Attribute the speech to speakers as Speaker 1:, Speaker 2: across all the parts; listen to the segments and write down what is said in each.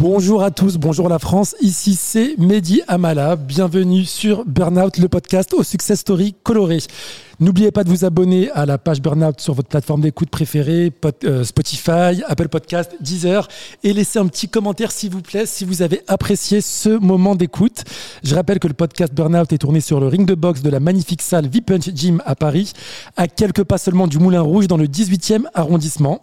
Speaker 1: Bonjour à tous, bonjour la France, ici c'est Mehdi Amala, bienvenue sur Burnout, le podcast au success story coloré. N'oubliez pas de vous abonner à la page Burnout sur votre plateforme d'écoute préférée, pot- euh, Spotify, Apple Podcast, Deezer, et laissez un petit commentaire s'il vous plaît si vous avez apprécié ce moment d'écoute. Je rappelle que le podcast Burnout est tourné sur le ring de boxe de la magnifique salle V-Punch Gym à Paris, à quelques pas seulement du Moulin Rouge dans le 18e arrondissement.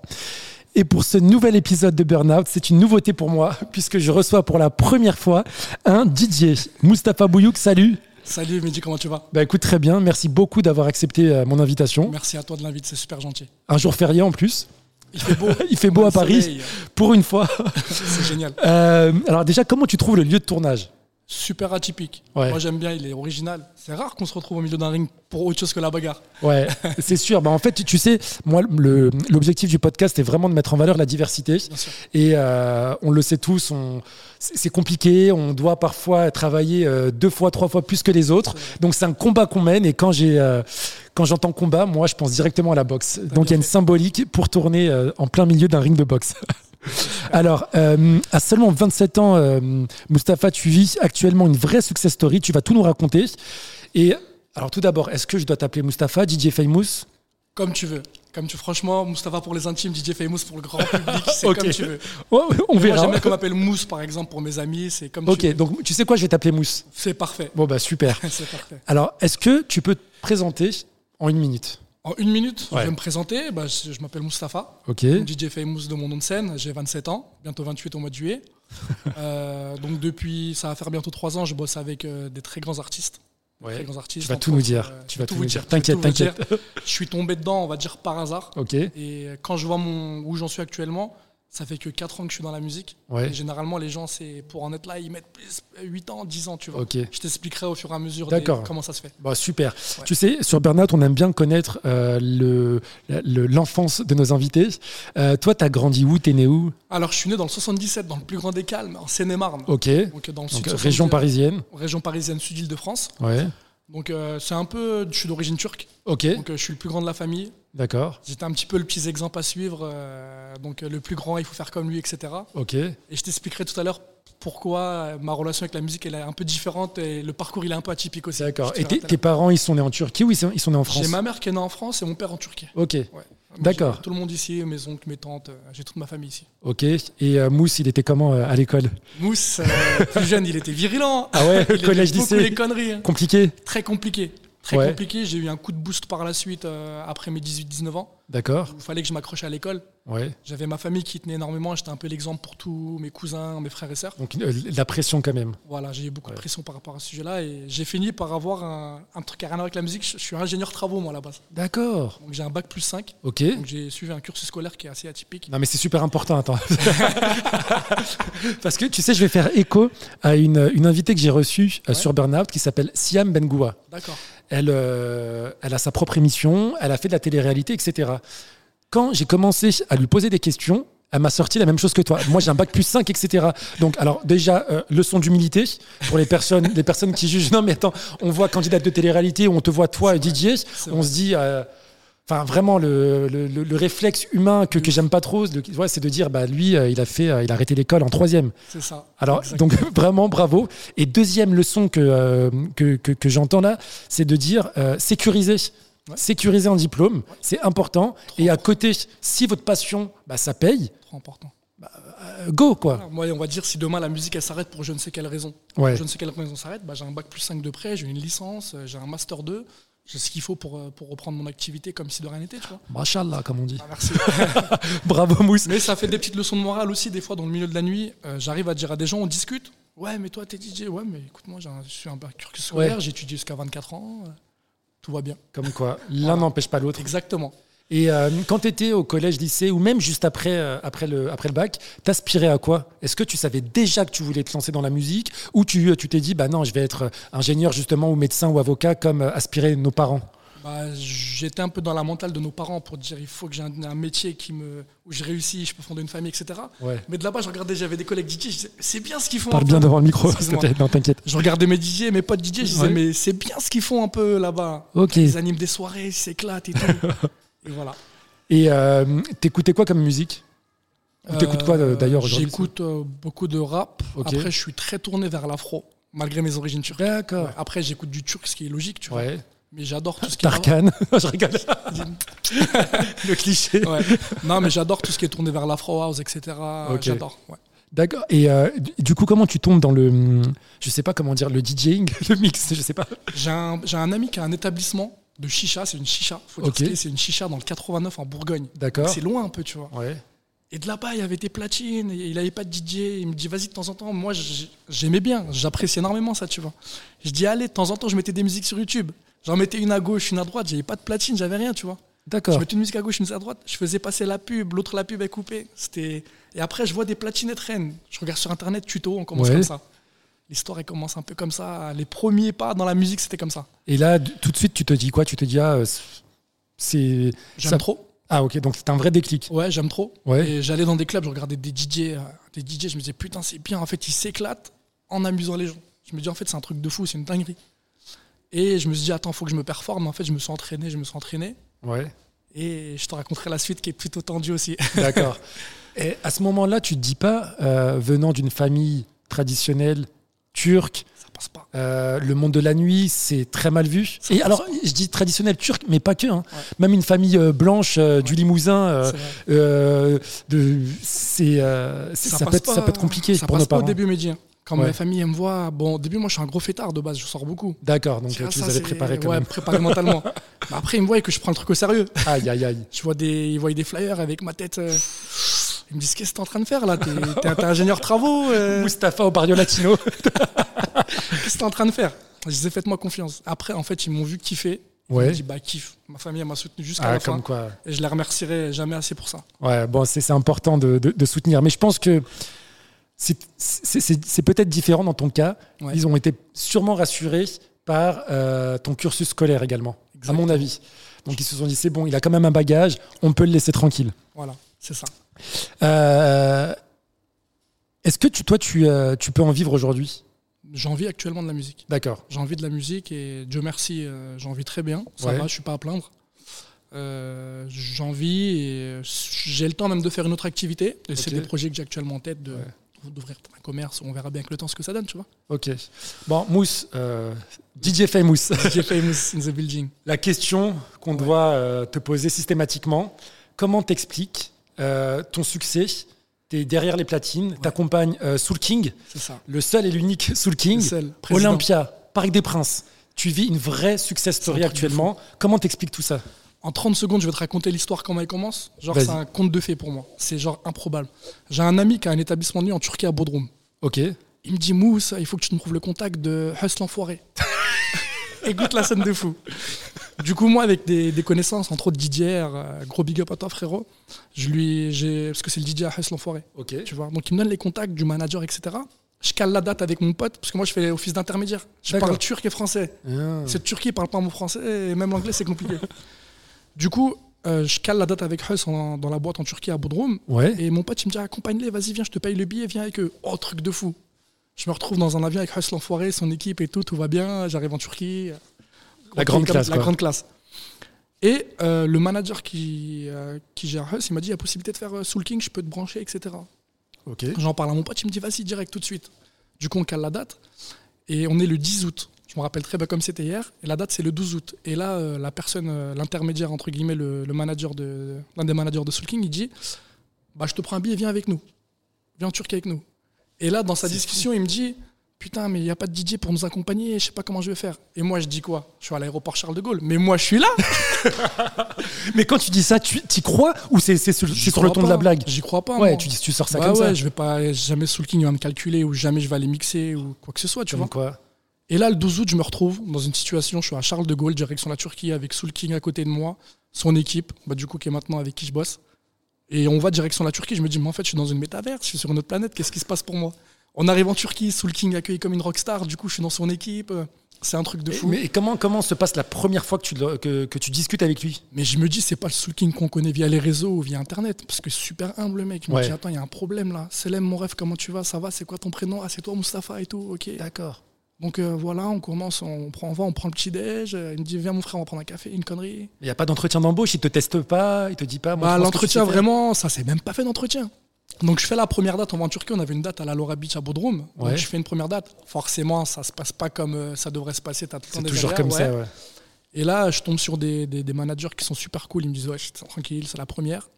Speaker 1: Et pour ce nouvel épisode de Burnout, c'est une nouveauté pour moi, puisque je reçois pour la première fois un DJ, Mustapha Bouyouk, salut
Speaker 2: Salut Mehdi, comment tu vas
Speaker 1: Bah écoute, très bien, merci beaucoup d'avoir accepté euh, mon invitation.
Speaker 2: Merci à toi de l'invite, c'est super gentil.
Speaker 1: Un jour férié en plus,
Speaker 2: Il fait beau.
Speaker 1: il fait beau à
Speaker 2: Le
Speaker 1: Paris,
Speaker 2: soleil, euh,
Speaker 1: pour une fois.
Speaker 2: C'est génial.
Speaker 1: Euh, alors déjà, comment tu trouves le lieu de tournage
Speaker 2: Super atypique.
Speaker 1: Ouais.
Speaker 2: Moi j'aime bien, il est original. C'est rare qu'on se retrouve au milieu d'un ring pour autre chose que la bagarre.
Speaker 1: Ouais, c'est sûr. Bah en fait, tu- tu sais, moi, le- l'objectif du podcast est vraiment de mettre en valeur la diversité.
Speaker 2: Bien sûr.
Speaker 1: Et euh, on le sait tous, on- c'est c'est compliqué. On doit parfois travailler euh, deux fois, trois fois plus que les autres. Donc c'est un combat qu'on mène. Et quand j'ai, euh, quand j'entends combat, moi je pense directement à la boxe. Donc il y a
Speaker 2: bien
Speaker 1: une
Speaker 2: fait.
Speaker 1: symbolique pour tourner euh, en plein milieu d'un ring de boxe. Alors, euh, à seulement 27 ans, euh, Mustapha, tu vis actuellement une vraie success story. Tu vas tout nous raconter. Et alors, tout d'abord, est-ce que je dois t'appeler Mustapha, DJ Famous
Speaker 2: Comme tu veux. Comme tu, franchement, Mustapha pour les intimes, DJ Famous pour le grand public, c'est
Speaker 1: Ok.
Speaker 2: comme tu veux.
Speaker 1: Ouais, Oh, On
Speaker 2: Moi
Speaker 1: verra.
Speaker 2: j'aime bien qu'on m'appelle Mousse par exemple pour mes amis, c'est comme tu
Speaker 1: Ok,
Speaker 2: veux.
Speaker 1: donc tu sais quoi, je vais t'appeler Mousse.
Speaker 2: C'est parfait.
Speaker 1: Bon, bah super.
Speaker 2: c'est parfait.
Speaker 1: Alors, est-ce que tu peux te présenter en une minute
Speaker 2: En une minute,
Speaker 1: Ouais.
Speaker 2: je vais me présenter. Bah, je je m'appelle Mustapha.
Speaker 1: Ok.
Speaker 2: DJ Famous de mon nom de scène, j'ai 27 ans, bientôt 28 au mois de juillet. Euh, donc depuis, ça va faire bientôt 3 ans, je bosse avec euh, des très grands artistes. Très grands artistes
Speaker 1: Tu vas
Speaker 2: entre
Speaker 1: tout nous
Speaker 2: autres,
Speaker 1: dire.
Speaker 2: euh,
Speaker 1: Tu
Speaker 2: je
Speaker 1: vas
Speaker 2: vais
Speaker 1: tout
Speaker 2: vous
Speaker 1: nous dire.
Speaker 2: je vais
Speaker 1: T'inquiète,
Speaker 2: tout vous dire. Je suis tombé dedans, on va dire par hasard.
Speaker 1: Ok.
Speaker 2: Et quand je vois mon, où j'en suis actuellement, ça fait que 4 ans que je suis dans la musique.
Speaker 1: Ouais.
Speaker 2: Et généralement, les gens, c'est pour en être là, ils mettent plus 8 ans, 10 ans, tu vois.
Speaker 1: Ok.
Speaker 2: Je t'expliquerai au fur et à mesure des-
Speaker 1: D'accord.
Speaker 2: comment ça se fait.
Speaker 1: Bah, super.
Speaker 2: Ouais.
Speaker 1: Tu sais, sur Burnout, on aime bien connaître euh, le- la- le- l'enfance de nos invités. Euh, toi, t'as grandi où T'es né où
Speaker 2: Alors, je suis né dans le 77, dans le plus grand des calmes, en Seine-et-Marne.
Speaker 1: Ok.
Speaker 2: Donc, dans le
Speaker 1: Oh. Donc,
Speaker 2: sud
Speaker 1: région
Speaker 2: 77,
Speaker 1: parisienne.
Speaker 2: région parisienne, sud-Île-de-France.
Speaker 1: Ouais.
Speaker 2: Donc euh, c'est un peu, je suis d'origine turque,
Speaker 1: Ok.
Speaker 2: donc euh, je suis le plus grand de la famille.
Speaker 1: D'accord.
Speaker 2: J'étais un petit peu le petit exemple à suivre, euh, donc euh, le plus grand, il faut faire comme lui, etc.
Speaker 1: Ok.
Speaker 2: Et je t'expliquerai tout à l'heure pourquoi euh, ma relation avec la musique elle est un peu différente et le parcours il est un peu atypique aussi.
Speaker 1: D'accord.
Speaker 2: Je te
Speaker 1: Et tes,
Speaker 2: rappelle.
Speaker 1: tes parents, ils sont nés en Turquie ou ils sont, ils sont nés en France
Speaker 2: J'ai ma mère qui est née en France et mon père en Turquie.
Speaker 1: Ok.
Speaker 2: Ouais. Mais
Speaker 1: D'accord.
Speaker 2: j'ai Tout le monde ici, mes oncles, mes tantes, euh, j'ai toute ma famille ici.
Speaker 1: Ok. Et euh, Mousse, il était comment euh, à l'école
Speaker 2: Mousse, euh, plus jeune, il était virulent.
Speaker 1: Ah ouais,
Speaker 2: Il aimait
Speaker 1: collège,
Speaker 2: beaucoup
Speaker 1: lycée.
Speaker 2: les conneries. hein.
Speaker 1: Compliqué.
Speaker 2: Très compliqué. Très
Speaker 1: Ouais.
Speaker 2: compliqué. J'ai eu un coup de boost par la suite euh, après mes 18-19 ans.
Speaker 1: D'accord.
Speaker 2: Il fallait que je m'accroche à l'école.
Speaker 1: Ouais.
Speaker 2: J'avais ma famille qui tenait énormément, j'étais un peu l'exemple pour tous mes cousins, mes frères et sœurs.
Speaker 1: Donc euh, la pression quand même.
Speaker 2: Voilà, j'ai eu beaucoup
Speaker 1: Ouais.
Speaker 2: de pression par rapport à ce sujet-là et j'ai fini par avoir un, un truc à rien à voir avec la musique. Je, je suis ingénieur travaux, moi, à la base.
Speaker 1: D'accord.
Speaker 2: Donc j'ai un bac plus 5.
Speaker 1: Ok.
Speaker 2: Donc j'ai suivi un cursus scolaire qui est assez atypique.
Speaker 1: Non mais c'est super important, attends. Parce que tu sais, je vais faire écho à une, une invitée que j'ai reçue euh,
Speaker 2: Ouais.
Speaker 1: sur Burnout qui s'appelle Siam Bengoua.
Speaker 2: D'accord.
Speaker 1: Elle, euh, elle a sa propre émission, elle a fait de la télé-réalité, etc. Quand j'ai commencé à lui poser des questions, elle m'a sorti la même chose que toi. Moi, j'ai un bac plus 5, etc. Donc, alors déjà, euh, leçon d'humilité pour les personnes, les personnes qui jugent. Non, mais attends, on voit candidate de télé-réalité, on te voit toi, DJ,
Speaker 2: C'est
Speaker 1: on
Speaker 2: vrai.
Speaker 1: se dit... euh, Enfin, vraiment, le, le- le- le réflexe humain que,
Speaker 2: Mm.
Speaker 1: que j'aime pas trop, de- ouais, c'est de dire, bah, lui, euh, il a fait, euh, il a arrêté l'école en troisième.
Speaker 2: C'est ça.
Speaker 1: Alors,
Speaker 2: Exact.
Speaker 1: donc vraiment bravo. Et deuxième leçon que, euh, que, que- que j'entends là, c'est de dire euh, sécuriser.
Speaker 2: Ouais.
Speaker 1: Sécuriser un diplôme, c'est important.
Speaker 2: Trop
Speaker 1: Et à
Speaker 2: important.
Speaker 1: côté, si votre passion, bah, ça paye,
Speaker 2: Trop important.
Speaker 1: euh, go quoi.
Speaker 2: Alors, moi, on va dire si demain la musique elle s'arrête pour je ne sais quelle raison.
Speaker 1: Ouais,
Speaker 2: Je ne sais quelle raison s'arrête, bah, j'ai un bac plus 5 de près, j'ai une licence, euh, j'ai un master 2. J'ai ce qu'il faut pour, euh, pour reprendre mon activité comme si de rien n'était, tu vois.
Speaker 1: machallah comme on dit.
Speaker 2: Ah, merci.
Speaker 1: Bravo Mousse.
Speaker 2: Mais ça fait des petites leçons de morale aussi, des fois, dans le milieu de la nuit. Euh, J'arrive à dire à des gens, on discute. Ouais, mais toi, t'es DJ. Ouais, mais écoute-moi, j'ai un- je suis un cursus scolaire,
Speaker 1: Ouais.
Speaker 2: j'ai étudié jusqu'à 24 ans. euh, Tout va bien.
Speaker 1: Comme quoi, l'un
Speaker 2: Ah.
Speaker 1: n'empêche pas l'autre.
Speaker 2: Exactement.
Speaker 1: Et euh, quand tu étais au collège, lycée, ou même juste après, euh, après, le, après le bac, t'aspirais à quoi Est-ce que tu savais déjà que tu voulais te lancer dans la musique Ou tu euh, tu t'es dit, bah non, je vais être euh, ingénieur justement, ou médecin, ou avocat, comme euh, aspiraient nos parents
Speaker 2: Bah, J'étais un peu dans la mentale de nos parents pour dire, il faut que j'ai un, un métier qui me, où je réussis, je peux fonder une famille, etc.
Speaker 1: Ouais.
Speaker 2: Mais de là-bas, je regardais, j'avais des collègues DJ, je disais, c'est bien ce qu'ils font.
Speaker 1: Parle
Speaker 2: un
Speaker 1: bien
Speaker 2: peu.
Speaker 1: devant le micro, s'il te
Speaker 2: Excuse-moi.
Speaker 1: plaît. Non, t'inquiète.
Speaker 2: Je regardais mes DJ, mes potes DJ, je disais,
Speaker 1: Ouais.
Speaker 2: mais c'est bien ce qu'ils font un peu là-bas.
Speaker 1: Ok.
Speaker 2: Ils animent des soirées, ils s'éclatent et tout. et voilà.
Speaker 1: Et euh, t'écoutais quoi comme musique Ou t'écoutes quoi
Speaker 2: Euh,
Speaker 1: d'ailleurs aujourd'hui
Speaker 2: J'écoute euh, beaucoup de rap.
Speaker 1: Ok.
Speaker 2: Après, je suis très tourné vers l'afro, malgré mes origines turques.
Speaker 1: D'accord.
Speaker 2: Ouais, Après, j'écoute du turc, ce qui est logique, tu vois.
Speaker 1: Ouais.
Speaker 2: Mais j'adore tout ce qui est.
Speaker 1: Tarkan. je rigole. le cliché.
Speaker 2: Ouais. Non, mais j'adore tout ce qui est tourné vers l'afro house, etc.
Speaker 1: Ok.
Speaker 2: J'adore. ouais.
Speaker 1: D'accord. Et euh, du- du coup, comment tu tombes dans le, hum, je sais pas comment dire, le DJing, le mix, je sais pas.
Speaker 2: J'ai un, j'ai un ami qui a un établissement de chicha, c'est une chicha. Faut dire
Speaker 1: Ok.
Speaker 2: ce qu'il est, c'est une chicha dans le 89 en Bourgogne.
Speaker 1: D'accord.
Speaker 2: C'est loin un peu, tu vois.
Speaker 1: Ouais.
Speaker 2: Et de là-bas, il y avait des platines, et il avait pas de DJ. Il me dit, vas-y, de temps en temps. Moi, j'- j'aimais bien, j'apprécie énormément ça, tu vois. Je dis, allez, de temps en temps, je mettais des musiques sur YouTube. J'en mettais une à gauche, une à droite, j'avais pas de platine, j'avais rien, tu vois. Je
Speaker 1: D'accord.
Speaker 2: mettais une musique à gauche, une musique à droite, je faisais passer la pub, l'autre la pub est coupée. C'était... Et après, je vois des platines et traînent. Je regarde sur internet, tuto, on commence
Speaker 1: Ouais.
Speaker 2: comme ça. L'histoire, elle commence un peu comme ça. Les premiers pas dans la musique, c'était comme ça.
Speaker 1: Et là, d- tout de suite, tu te dis quoi Tu te dis ah, euh, c'est.
Speaker 2: J'aime
Speaker 1: ça-
Speaker 2: trop.
Speaker 1: Ah ok, donc c'est un vrai déclic.
Speaker 2: Ouais, j'aime trop.
Speaker 1: Ouais.
Speaker 2: Et j'allais dans des clubs, je regardais des DJ, euh, des DJ, je me disais putain, c'est bien. En fait, ils s'éclatent en amusant les gens. Je me dis en fait, c'est un truc de fou, c'est une dinguerie. Et je me suis dit attends, faut que je me performe. En fait, je me suis entraîné, je me suis entraîné.
Speaker 1: Ouais.
Speaker 2: Et je te raconterai la suite qui est plutôt tendue aussi.
Speaker 1: D'accord. Et à ce moment-là, tu te dis pas, euh, venant d'une famille traditionnelle turque,
Speaker 2: ça passe pas.
Speaker 1: Euh, le monde de la nuit, c'est très mal vu. Et alors, je dis traditionnel turc, mais pas que. hein. Même une famille euh, blanche euh, du Limousin, euh,
Speaker 2: C'est vrai.
Speaker 1: euh, de- c'est, euh, c'est- ça,
Speaker 2: passe
Speaker 1: peut être, ça
Speaker 2: pas-
Speaker 1: peut être compliqué
Speaker 2: ça
Speaker 1: pour nos
Speaker 2: passe pas
Speaker 1: parents.
Speaker 2: au début médien. Quand
Speaker 1: Ouais.
Speaker 2: ma famille elle me voit, bon, au début, moi, je suis un gros fêtard de base, je sors beaucoup.
Speaker 1: D'accord, donc
Speaker 2: Je dis,
Speaker 1: euh,
Speaker 2: ah,
Speaker 1: tu
Speaker 2: ça,
Speaker 1: les avais
Speaker 2: c'est-
Speaker 1: préparés quand
Speaker 2: ouais,
Speaker 1: même.
Speaker 2: préparés mentalement. Mais après, ils me voient et que je prends le truc au sérieux.
Speaker 1: Aïe, aïe, aïe.
Speaker 2: Je vois des, ils voient des flyers avec ma tête. euh, ils me disent qu'est-ce que t'es en train de faire là T'es t'es- t'es ingénieur travaux euh,
Speaker 1: Mustapha au Barrio Latino.
Speaker 2: Qu'est-ce que t'es en train de faire Je disais faites-moi confiance. Après, en fait, ils m'ont vu kiffer. Ils
Speaker 1: Ouais.
Speaker 2: m'ont dit bah kiffe. Ma famille elle m'a soutenu jusqu'à
Speaker 1: Ah,
Speaker 2: la fin.
Speaker 1: comme quoi.
Speaker 2: Et je la remercierai jamais assez pour ça.
Speaker 1: Ouais, bon, c'est c'est important de, de- de soutenir. Mais je pense que c'est- c'est c'est- c'est peut-être différent dans ton cas.
Speaker 2: Ouais.
Speaker 1: Ils ont été sûrement rassurés par euh, ton cursus scolaire également, à mon
Speaker 2: Exactement.
Speaker 1: avis. Donc ils se sont dit, c'est bon, il a quand même un bagage, on peut le laisser tranquille.
Speaker 2: Voilà, c'est ça.
Speaker 1: Euh, Est-ce que tu, toi, tu, euh, tu peux en vivre aujourd'hui
Speaker 2: J'ai envie actuellement de la musique.
Speaker 1: D'accord.
Speaker 2: J'ai envie de la musique et Dieu merci, euh, j'en vis très bien. Ça
Speaker 1: Ouais.
Speaker 2: va, je suis pas à plaindre. Euh, j'en vis et j'ai le temps même de faire une autre activité. Et C'est
Speaker 1: Ok.
Speaker 2: des projets que j'ai actuellement en tête de-
Speaker 1: Ouais.
Speaker 2: d'ouvrir un commerce. On verra bien avec le temps ce que ça donne, tu vois.
Speaker 1: Ok. Bon, Mousse, euh, DJ Famous,
Speaker 2: DJ Famous in the building.
Speaker 1: la question qu'on doit euh, te poser systématiquement, comment t'expliques euh, ton succès T'es derrière les platines, t'accompagnes euh, Soul King,
Speaker 2: C'est ça.
Speaker 1: le seul et l'unique Soul King,
Speaker 2: Le seul, président.
Speaker 1: Olympia, Parc des Princes. Tu vis une vraie success story
Speaker 2: C'est un truc de
Speaker 1: actuellement. Comment t'expliques tout ça
Speaker 2: En 30 secondes, je vais te raconter l'histoire comment elle commence. Genre,
Speaker 1: Vas-y.
Speaker 2: c'est un conte de fées pour moi. C'est genre improbable. J'ai un ami qui a un établissement de nuit en Turquie à Bodrum.
Speaker 1: Ok.
Speaker 2: Il me dit Mousse, il faut que tu me trouves le contact de Hustle l'enfoiré. Écoute la scène de fou. Du coup, moi, avec des, des connaissances, entre autres Didier, euh, gros big up à toi, frérot, je lui, j'ai- parce que c'est le DJ à Hustle l'enfoiré,
Speaker 1: Ok.
Speaker 2: tu vois. Donc, il me donne les contacts du manager, etc. Je cale la date avec mon pote, parce que moi, je fais office d'intermédiaire. Je
Speaker 1: D'accord.
Speaker 2: parle turc et français.
Speaker 1: Ah. Hmm.
Speaker 2: Cette Turquie parle pas un mot français et même l'anglais, c'est compliqué. du coup, euh, je cale la date avec Huss en- dans la boîte en Turquie à Bodrum.
Speaker 1: Ouais.
Speaker 2: Et mon pote, il me dit accompagne-les, vas-y, viens, je te paye le billet, viens avec eux. Oh, truc de fou. Je me retrouve dans un avion avec Huss l'enfoiré, son équipe et tout, tout va bien. J'arrive en Turquie.
Speaker 1: La grande
Speaker 2: Comme-
Speaker 1: classe,
Speaker 2: La
Speaker 1: quoi.
Speaker 2: grande classe. Et euh, le manager qui, euh, qui gère Huss, il m'a dit il y a possibilité de faire euh, Soul King, je peux te brancher, etc.
Speaker 1: Ok.
Speaker 2: J'en parle à mon pote, il me dit vas-y direct tout de suite. Du coup, on cale la date. Et on est le 10 août. Je me rappelle très bien comme c'était hier. Et la date, c'est le 12 août. Et là, euh, la personne, euh, l'intermédiaire, entre guillemets, le, le manager de, l'un des managers de Soul King, il dit bah, Je te prends un billet, viens avec nous. Viens en Turquie avec nous. Et là, dans sa discussion, il me dit Putain, mais il n'y a pas de DJ pour nous accompagner, je sais pas comment je vais faire. Et moi, je dis quoi Je suis à l'aéroport Charles de Gaulle. Mais moi, je suis là
Speaker 1: Mais quand tu dis ça, tu y crois ou c'est c'est sur, c'est
Speaker 2: J'y
Speaker 1: sur le
Speaker 2: crois
Speaker 1: ton de
Speaker 2: pas.
Speaker 1: la blague
Speaker 2: J'y crois pas.
Speaker 1: Ouais,
Speaker 2: moi.
Speaker 1: tu, dis- tu sors ça
Speaker 2: Bah
Speaker 1: comme
Speaker 2: ouais,
Speaker 1: ça.
Speaker 2: je vais pas jamais Soul King va me calculer ou jamais je vais aller mixer ou quoi que ce soit, tu
Speaker 1: Comme
Speaker 2: vois.
Speaker 1: quoi
Speaker 2: Et là, le 12 août, je me retrouve dans une situation, je suis à Charles de Gaulle, direction la Turquie, avec Soul King à côté de moi, son équipe, bah, du coup, qui est maintenant avec qui je bosse. Et on va direction la Turquie, je me dis, mais en fait, je suis dans une métaverse, je suis sur une autre planète, qu'est-ce qui se passe pour moi On arrive en Turquie, Soul King accueilli comme une rockstar, du coup, je suis dans son équipe, euh, c'est un truc de
Speaker 1: Et-
Speaker 2: fou. Mais,
Speaker 1: Mais et comment, comment se passe la première fois que tu, le- que, que tu discutes avec lui
Speaker 2: je me dis, c'est pas le Soul King qu'on connaît via les réseaux ou via Internet, parce que super humble, le mec. Je me
Speaker 1: Ouais.
Speaker 2: dis, attends, il y a un problème là. Selem, mon rêve, comment tu vas Ça va C'est quoi ton prénom Ah, c'est toi, Mustapha et tout, ok.
Speaker 1: D'accord.
Speaker 2: Donc euh, voilà, on commence, on, prend, on va, on prend le petit déj. euh, Il me dit viens mon frère, on va prendre un café, une connerie.
Speaker 1: Il n'y a pas d'entretien d'embauche, il te teste pas, il te dit pas.
Speaker 2: Bah,
Speaker 1: montre-moi ce que tu
Speaker 2: l'entretien
Speaker 1: sais faire.
Speaker 2: vraiment, ça s'est même pas fait d'entretien. Donc je fais la première date, on va en Turquie, on avait une date à la Laura Beach à Bodrum. Donc,
Speaker 1: Ouais.
Speaker 2: je fais une première date. Forcément, ça se passe pas comme euh, ça devrait se passer. T'as tout le temps
Speaker 1: C'est
Speaker 2: des
Speaker 1: toujours
Speaker 2: galères,
Speaker 1: comme
Speaker 2: ouais.
Speaker 1: ça, ouais.
Speaker 2: Et là, je tombe sur des, des- des managers qui sont super cool. Ils me disent, ouais, c'est tranquille, c'est la première.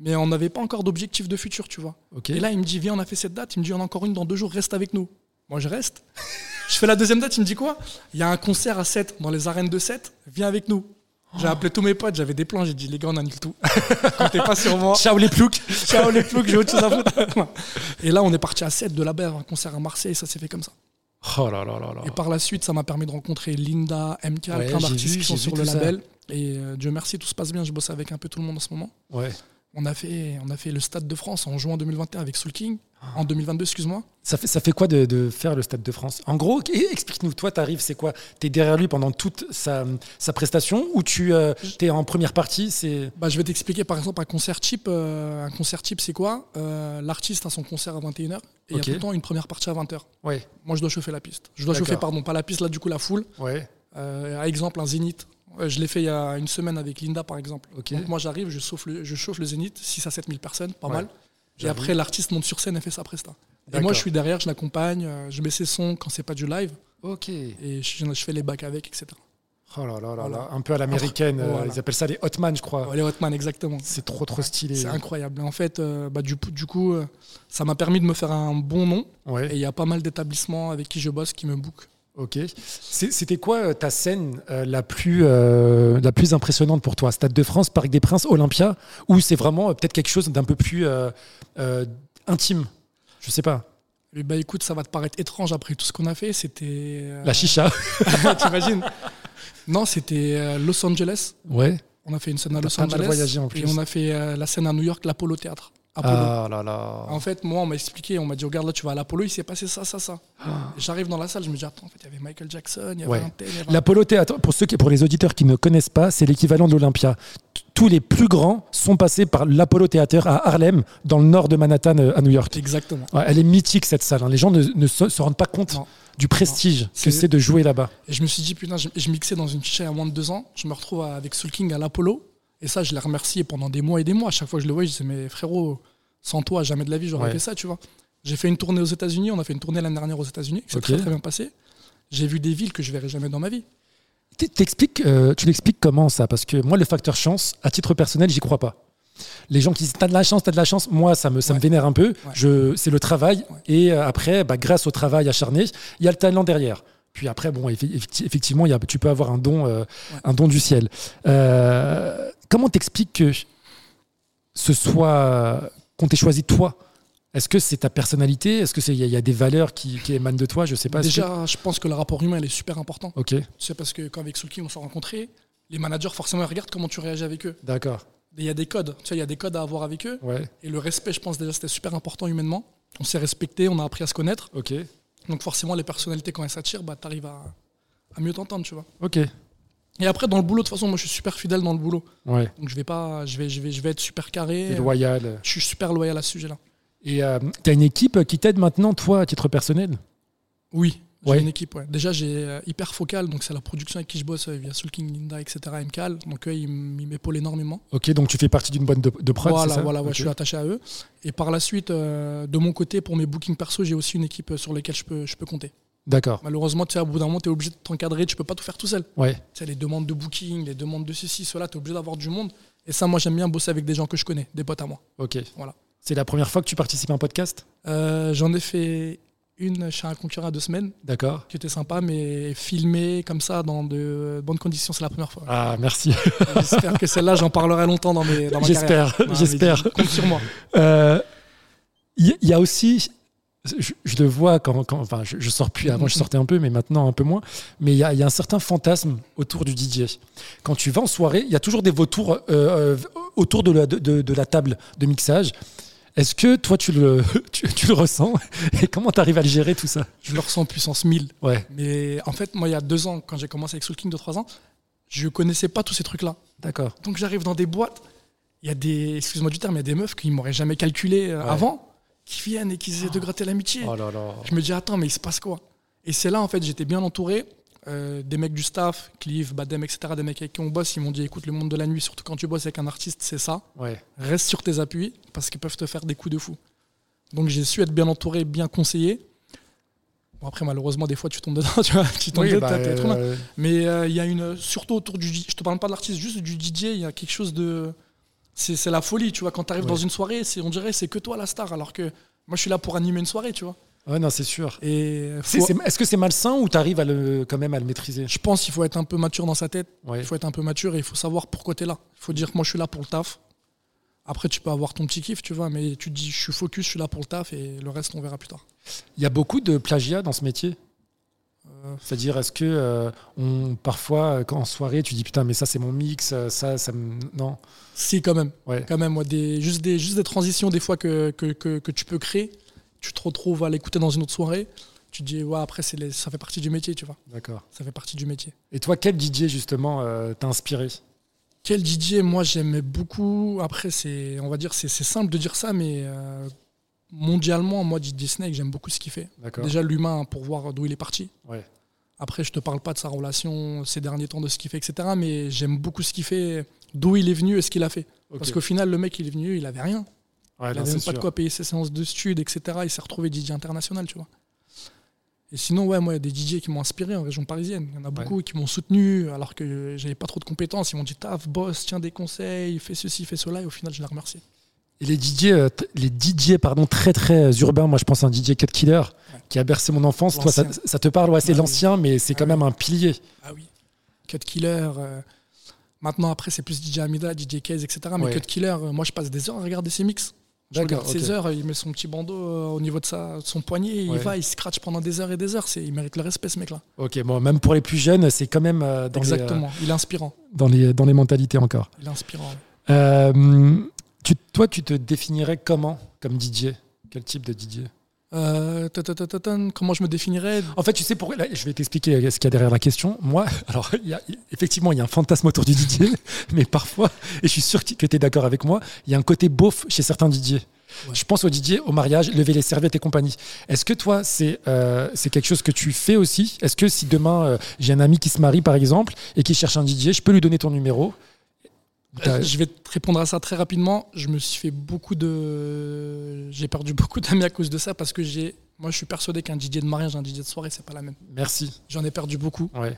Speaker 2: Mais on n'avait pas encore d'objectif de futur, tu vois.
Speaker 1: Ok.
Speaker 2: Et là, il me dit, viens, on a fait cette date. Il me dit, on a encore une dans deux jours, reste avec nous. Moi, je reste. je fais la deuxième date, il me dit quoi Il y a un concert à 7 dans les arènes de 7, viens avec nous. J'ai appelé tous mes potes, j'avais des plans, j'ai dit, les gars, on annule tout. Comptez pas sur moi.
Speaker 1: Oh. Ciao les ploucs
Speaker 2: Ciao les ploucs, j'ai autre chose à foutre. Et là, on est parti à 7 de la Baie, un concert à Marseille, ça s'est fait comme ça.
Speaker 1: Oh là là là là.
Speaker 2: Et par la suite, ça m'a permis de rencontrer Linda, MK,
Speaker 1: Ouais,
Speaker 2: plein
Speaker 1: j'ai
Speaker 2: d'artistes
Speaker 1: vu,
Speaker 2: qui sont
Speaker 1: j'ai vu
Speaker 2: sur le
Speaker 1: tout ça.
Speaker 2: label. Et euh, Dieu merci, tout se passe bien. Je bosse avec un peu tout le monde en ce moment.
Speaker 1: Ouais.
Speaker 2: On a fait, on a fait le Stade de France en juin 2021 avec Soul King. En 2022, excuse-moi.
Speaker 1: Ça fait, ça fait quoi de, de faire le Stade de France En gros, et- explique-nous, toi, t'arrives, c'est quoi T'es derrière lui pendant toute sa, sa prestation ou tu euh, t'es en première partie C'est
Speaker 2: Bah, je vais t'expliquer par exemple un concert type. euh, un concert type, c'est quoi Euh, L'artiste a son concert à 21h et il y a
Speaker 1: Ok.
Speaker 2: tout le temps une première partie à 20h.
Speaker 1: ouais,
Speaker 2: Moi, je dois chauffer la piste. Je dois
Speaker 1: D'accord.
Speaker 2: chauffer, pardon, pas la piste, là, du coup, la foule.
Speaker 1: ouais,
Speaker 2: Euh, par exemple, un zénith. Euh, Je l'ai fait il y a une semaine avec Linda, par exemple.
Speaker 1: ok.
Speaker 2: Donc moi, j'arrive, je, chauffe le- je chauffe le zénith, 6 à 7 000 personnes, pas
Speaker 1: Ouais,
Speaker 2: mal. Et
Speaker 1: j'avoue.
Speaker 2: après, l'artiste monte sur scène et fait sa presta. Et
Speaker 1: D'accord.
Speaker 2: moi, je suis derrière, je l'accompagne, euh, je mets ses sons quand c'est pas du live,
Speaker 1: Ok.
Speaker 2: et je, je fais les bacs avec, etc.
Speaker 1: Oh là là là
Speaker 2: Voilà.
Speaker 1: là, un peu à l'américaine. euh,
Speaker 2: Voilà.
Speaker 1: Ils appellent ça les Hotman, je crois.
Speaker 2: Ouais, les Hotman, exactement.
Speaker 1: Ah. C'est trop trop stylé.
Speaker 2: C'est incroyable. Et En fait, euh, bah, du, coup- du coup, euh, ça m'a permis de me faire un bon nom, et
Speaker 1: Ouais.
Speaker 2: il y a pas mal d'établissements avec qui je bosse qui me bookent.
Speaker 1: Ok. C'est- C'était quoi euh, ta scène euh, la plus euh, la plus impressionnante pour toi Stade de France, Parc des Princes, Olympia Ou c'est vraiment euh, peut-être quelque chose d'un peu plus euh, euh, intime Je sais pas.
Speaker 2: Et bah écoute, ça va te paraître étrange après tout ce qu'on a fait, c'était... euh,
Speaker 1: La chicha.
Speaker 2: T'imagines Non, c'était euh, Los Angeles.
Speaker 1: Ouais.
Speaker 2: On a fait une scène à
Speaker 1: T'as
Speaker 2: Los
Speaker 1: pas mal
Speaker 2: Angeles.
Speaker 1: voyagé en plus.
Speaker 2: Et on a fait euh, la scène à New York, l'Apollo Théâtre. Apollo.
Speaker 1: Ah là là.
Speaker 2: En fait, moi, on m'a expliqué, on m'a dit, regarde, là, tu vas à l'Apollo, il s'est passé ça, ça, ça. J'arrive dans la salle, je me dis, attends, en fait, il y avait Michael Jackson, il y avait
Speaker 1: Ouais.
Speaker 2: un tel, il y avait un-
Speaker 1: L'Apollo Théâtre, pour, ceux qui, pour les auditeurs qui ne connaissent pas, c'est l'équivalent de l'Olympia. T- Tous les plus grands sont passés par l'Apollo Théâtre à Harlem, dans le nord de Manhattan, euh, à New York.
Speaker 2: Exactement.
Speaker 1: Ouais, elle est mythique cette salle. hein. Les gens ne, ne se, se rendent pas compte
Speaker 2: Non.
Speaker 1: du prestige que
Speaker 2: C'est-
Speaker 1: c'est de jouer là-bas.
Speaker 2: Et je me suis dit, putain, je, je mixais dans une chicha à moins de deux ans, je me retrouve à- avec Soul King à l'Apollo, et ça, je l'ai remercié pendant des mois et des mois. À chaque fois que je le vois, je disais, mais frérot, sans toi, jamais de la vie, j'aurais
Speaker 1: Ouais.
Speaker 2: fait ça, tu vois. J'ai fait une tournée aux États-Unis, on a fait une tournée l'année dernière aux États-Unis, c'est
Speaker 1: Ok.
Speaker 2: très, très bien passé. J'ai vu des villes que je verrai jamais dans ma vie.
Speaker 1: T- t'expliques, euh, tu l'expliques comment ça Parce que moi, le facteur chance, à titre personnel, j'y crois pas. Les gens qui disent t'as de la chance, t'as de la chance, moi ça me, ça me
Speaker 2: Ouais.
Speaker 1: vénère un peu.
Speaker 2: Ouais.
Speaker 1: Je, c'est le travail.
Speaker 2: Ouais.
Speaker 1: Et euh, après, bah, grâce au travail acharné, il y a le talent derrière. Puis après, bon, effe- effecti- effectivement, il y a, tu peux avoir un don, euh, un don du ciel. Euh, comment t'expliques que ce soit qu'on t'ait choisi toi Est-ce que c'est ta personnalité Est-ce que c'est il y, a- il y a des valeurs qui, qui émanent de toi Je sais pas. est-ce
Speaker 2: Déjà, je pense que le rapport humain, il est super important.
Speaker 1: que- Ok,
Speaker 2: C'est parce que quand avec Soul King, on s'est rencontrés, les managers, forcément, ils regardent comment tu réagis avec eux.
Speaker 1: d'accord.
Speaker 2: Et Il y a des codes, tu sais, il y a des codes à avoir avec eux.
Speaker 1: Ouais.
Speaker 2: Et le respect, je pense déjà, c'était super important humainement. On s'est respecté, on a appris à se connaître.
Speaker 1: Ok.
Speaker 2: Donc forcément, les personnalités, quand elles s'attirent, bah, t'arrives à, à mieux t'entendre, tu vois.
Speaker 1: Ok.
Speaker 2: Et après, dans le boulot, de toute façon, moi, je suis super fidèle dans le boulot.
Speaker 1: Ouais.
Speaker 2: Donc je vais pas, je vais, je vais, je vais être super carré.
Speaker 1: T'es loyal.
Speaker 2: Je suis super loyal à ce sujet-là.
Speaker 1: Et euh, t'as une équipe qui t'aide maintenant, toi, à titre personnel
Speaker 2: Oui, j'ai
Speaker 1: Ouais.
Speaker 2: une équipe. ouais. Déjà, j'ai euh, Hyper Focal, donc c'est la production avec qui je bosse euh, via Soul King, Linda, etc. MKL. Donc eux, ils m- ils m'épaulent énormément.
Speaker 1: Ok, donc tu fais partie d'une bonne de, de prod, c'est
Speaker 2: voilà,
Speaker 1: ça
Speaker 2: voilà, ouais,
Speaker 1: Ok.
Speaker 2: je suis attaché à eux. Et par la suite, euh, de mon côté, pour mes bookings perso, j'ai aussi une équipe euh, sur laquelle je peux, je peux compter.
Speaker 1: D'accord,
Speaker 2: Malheureusement, tu sais, au bout d'un moment, tu es obligé de t'encadrer, tu peux pas tout faire tout seul.
Speaker 1: ouais.
Speaker 2: Tu sais, les demandes de booking, les demandes de ceci, cela, tu es obligé d'avoir du monde. Et ça, moi, j'aime bien bosser avec des gens que je connais, des potes à moi.
Speaker 1: Ok.
Speaker 2: Voilà.
Speaker 1: C'est la première fois que tu participes à un podcast
Speaker 2: Euh, J'en ai fait une chez un concurrent à deux semaines,
Speaker 1: D'accord.
Speaker 2: qui était sympa, mais filmée comme ça, dans de bonnes conditions, c'est la première fois.
Speaker 1: Ah, merci.
Speaker 2: J'espère que celle-là, j'en parlerai longtemps dans, mes, dans ma carrière.
Speaker 1: J'espère,
Speaker 2: Non, mais
Speaker 1: j'espère.
Speaker 2: dis- Compte sur moi.
Speaker 1: Euh, Il y, y a aussi, je, je le vois quand, quand- enfin, je, je sors plus. Avant, je sortais un peu, mais maintenant un peu moins. Mais il y a, il y a un certain fantasme autour du DJ. Quand tu vas en soirée, il y a toujours des vautours euh, euh, autour de la, de- de- de la table de mixage. Est-ce que toi tu le, tu, tu le ressens et comment tu arrives à le gérer tout ça
Speaker 2: Je le ressens en puissance 1000.
Speaker 1: Ouais,
Speaker 2: Mais en fait, moi, il y a deux ans, quand j'ai commencé avec Soul King de trois ans, je connaissais pas tous ces trucs-là.
Speaker 1: d'accord.
Speaker 2: Donc j'arrive dans des boîtes, il y a des, excuse-moi du terme, il y a des meufs qui m'auraient jamais calculé euh,
Speaker 1: Ouais.
Speaker 2: avant, qui viennent et qui essaient de gratter l'amitié.
Speaker 1: Oh là là.
Speaker 2: Je me dis, attends, mais il se passe quoi Et c'est là, en fait, j'étais bien entouré. euh, des mecs du staff, Clive, Badem, etc., des mecs avec qui on bosse, ils m'ont dit écoute, le monde de la nuit, surtout quand tu bosses avec un artiste, c'est ça,
Speaker 1: Ouais.
Speaker 2: reste sur tes appuis parce qu'ils peuvent te faire des coups de fou. Donc j'ai su être bien entouré, bien conseillé. Bon, après, malheureusement, des fois, tu tombes dedans, tu vois, tu tombes
Speaker 1: Oui,
Speaker 2: dedans,
Speaker 1: bah,
Speaker 2: t'es- t'es trop mal.
Speaker 1: euh,
Speaker 2: Mais euh, il y a une. Surtout autour du. Je te parle pas de l'artiste, juste du DJ, il y a quelque chose de. C'est c'est la folie, tu vois. Quand tu arrives
Speaker 1: Ouais.
Speaker 2: dans une soirée, c'est- on dirait c'est que toi la star, alors que moi, je suis là pour animer une soirée, tu vois.
Speaker 1: ouais, non, c'est sûr.
Speaker 2: Et faut-
Speaker 1: C'est- c'est- Est-ce que c'est malsain ou t'arrives à le, quand même à le maîtriser
Speaker 2: je pense qu'il faut être un peu mature dans sa tête.
Speaker 1: Ouais.
Speaker 2: Il faut être un peu mature et il faut savoir pourquoi tu es là. Il faut dire, moi, je suis là pour le taf. Après, tu peux avoir ton petit kiff, tu vois, mais tu te dis, je suis focus, je suis là pour le taf et le reste, on verra plus tard.
Speaker 1: Il y a beaucoup de plagiat dans ce métier C'est-à-dire, est-ce que euh, on, parfois, euh, quand en soirée, tu dis putain, mais ça c'est mon mix, euh, ça, ça me. Non.
Speaker 2: Si, quand même.
Speaker 1: Ouais.
Speaker 2: Quand même, moi, des, juste, des, juste des transitions des fois que, que, que, que tu peux créer. Tu te retrouves à l'écouter dans une autre soirée. Tu te dis, ouais, après, c'est les- ça fait partie du métier, tu vois.
Speaker 1: D'accord.
Speaker 2: Ça fait partie du métier.
Speaker 1: Et toi, quel DJ justement euh, t'a inspiré
Speaker 2: Quel DJ, moi, j'aimais beaucoup. Après, c'est, on va dire, c'est c'est simple de dire ça, mais euh, mondialement, moi, DJ Snake, j'aime beaucoup ce qu'il fait.
Speaker 1: D'accord.
Speaker 2: Déjà, l'humain, pour voir d'où il est parti.
Speaker 1: Ouais.
Speaker 2: Après, je te parle pas de sa relation, ces derniers temps, de ce qu'il fait, etc. Mais j'aime beaucoup ce qu'il fait, d'où il est venu et ce qu'il a fait.
Speaker 1: Ok.
Speaker 2: Parce qu'au final, le mec, il est venu, il avait rien.
Speaker 1: Ouais, non,
Speaker 2: Il n'avait
Speaker 1: Ah, c'est
Speaker 2: même pas de
Speaker 1: sûr.
Speaker 2: quoi payer ses séances de stud, etc. Il s'est retrouvé DJ international, tu vois. Et sinon, ouais, moi, il y a des DJ qui m'ont inspiré en région parisienne. Il y en a beaucoup qui m'ont soutenu alors que j'avais pas trop de compétences. Ils m'ont dit taf, boss, tiens des conseils, fais ceci, fais cela. Et au final, je les remercie.
Speaker 1: Et les DJ, euh, t- les DJ pardon, très très euh, urbains, moi je pense à un DJ Cut Killer
Speaker 2: Ouais.
Speaker 1: qui a bercé mon enfance. Toi, ça,
Speaker 2: L'ancien.
Speaker 1: ça te parle, ouais, c'est
Speaker 2: Ah oui.
Speaker 1: l'ancien, mais c'est
Speaker 2: Ah
Speaker 1: quand
Speaker 2: oui.
Speaker 1: même un pilier.
Speaker 2: Ah oui. Cut Killer. euh, Maintenant, après, c'est plus DJ Amida, DJ Case, etc. Mais
Speaker 1: Ouais.
Speaker 2: Cut Killer, euh, moi, je passe des heures à regarder ses mix. Je
Speaker 1: D'accord,
Speaker 2: regarde
Speaker 1: ok.
Speaker 2: ses heures, il met son petit bandeau euh, au niveau de, sa, de son poignet,
Speaker 1: Ouais.
Speaker 2: il va, il scratch pendant des heures et des heures. C'est- Il mérite le respect, ce mec-là.
Speaker 1: Ok, bon, même pour les plus jeunes, c'est quand même euh, dans, les, euh,
Speaker 2: Exactement. Il est inspirant.
Speaker 1: dans, les, dans les mentalités encore.
Speaker 2: Il est inspirant.
Speaker 1: Euh, tu, toi, tu te définirais comment comme DJ Quel type de DJ
Speaker 2: Euh, ta- ta- ta- ta- ta- comment je me définirais
Speaker 1: En fait, tu sais pourquoi là, Je vais t'expliquer ce qu'il y a derrière la question. Moi, alors, il y a- effectivement, il y a un fantasme autour du DJ, mais parfois, et je suis sûr que tu es d'accord avec moi, il y a un côté beauf chez certains DJ.
Speaker 2: Ouais.
Speaker 1: Je pense au DJ, au mariage, lever les serviettes et compagnie. Est-ce que toi, c'est euh, c'est quelque chose que tu fais aussi Est-ce que si demain, euh, j'ai un ami qui se marie, par exemple, et qui cherche un DJ, je peux lui donner ton numéro T'as-
Speaker 2: Euh, Je vais te répondre à ça très rapidement. Je me suis fait beaucoup de. J'ai perdu beaucoup d'amis à cause de ça parce que j'ai. Moi, je suis persuadé qu'un DJ de mariage, un DJ de soirée, c'est pas la même.
Speaker 1: Merci.
Speaker 2: J'en ai perdu beaucoup.
Speaker 1: Ouais.